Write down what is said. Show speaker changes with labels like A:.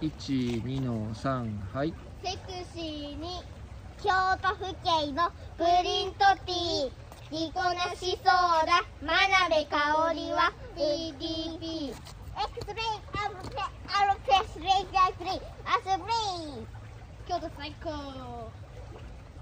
A: 12の3はい
B: セクシーに京都府警のプリントティー着こなしそうだ真鍋かおりは DDP エクスレイアロペアロペスレイジャースレイアスレイ京都最高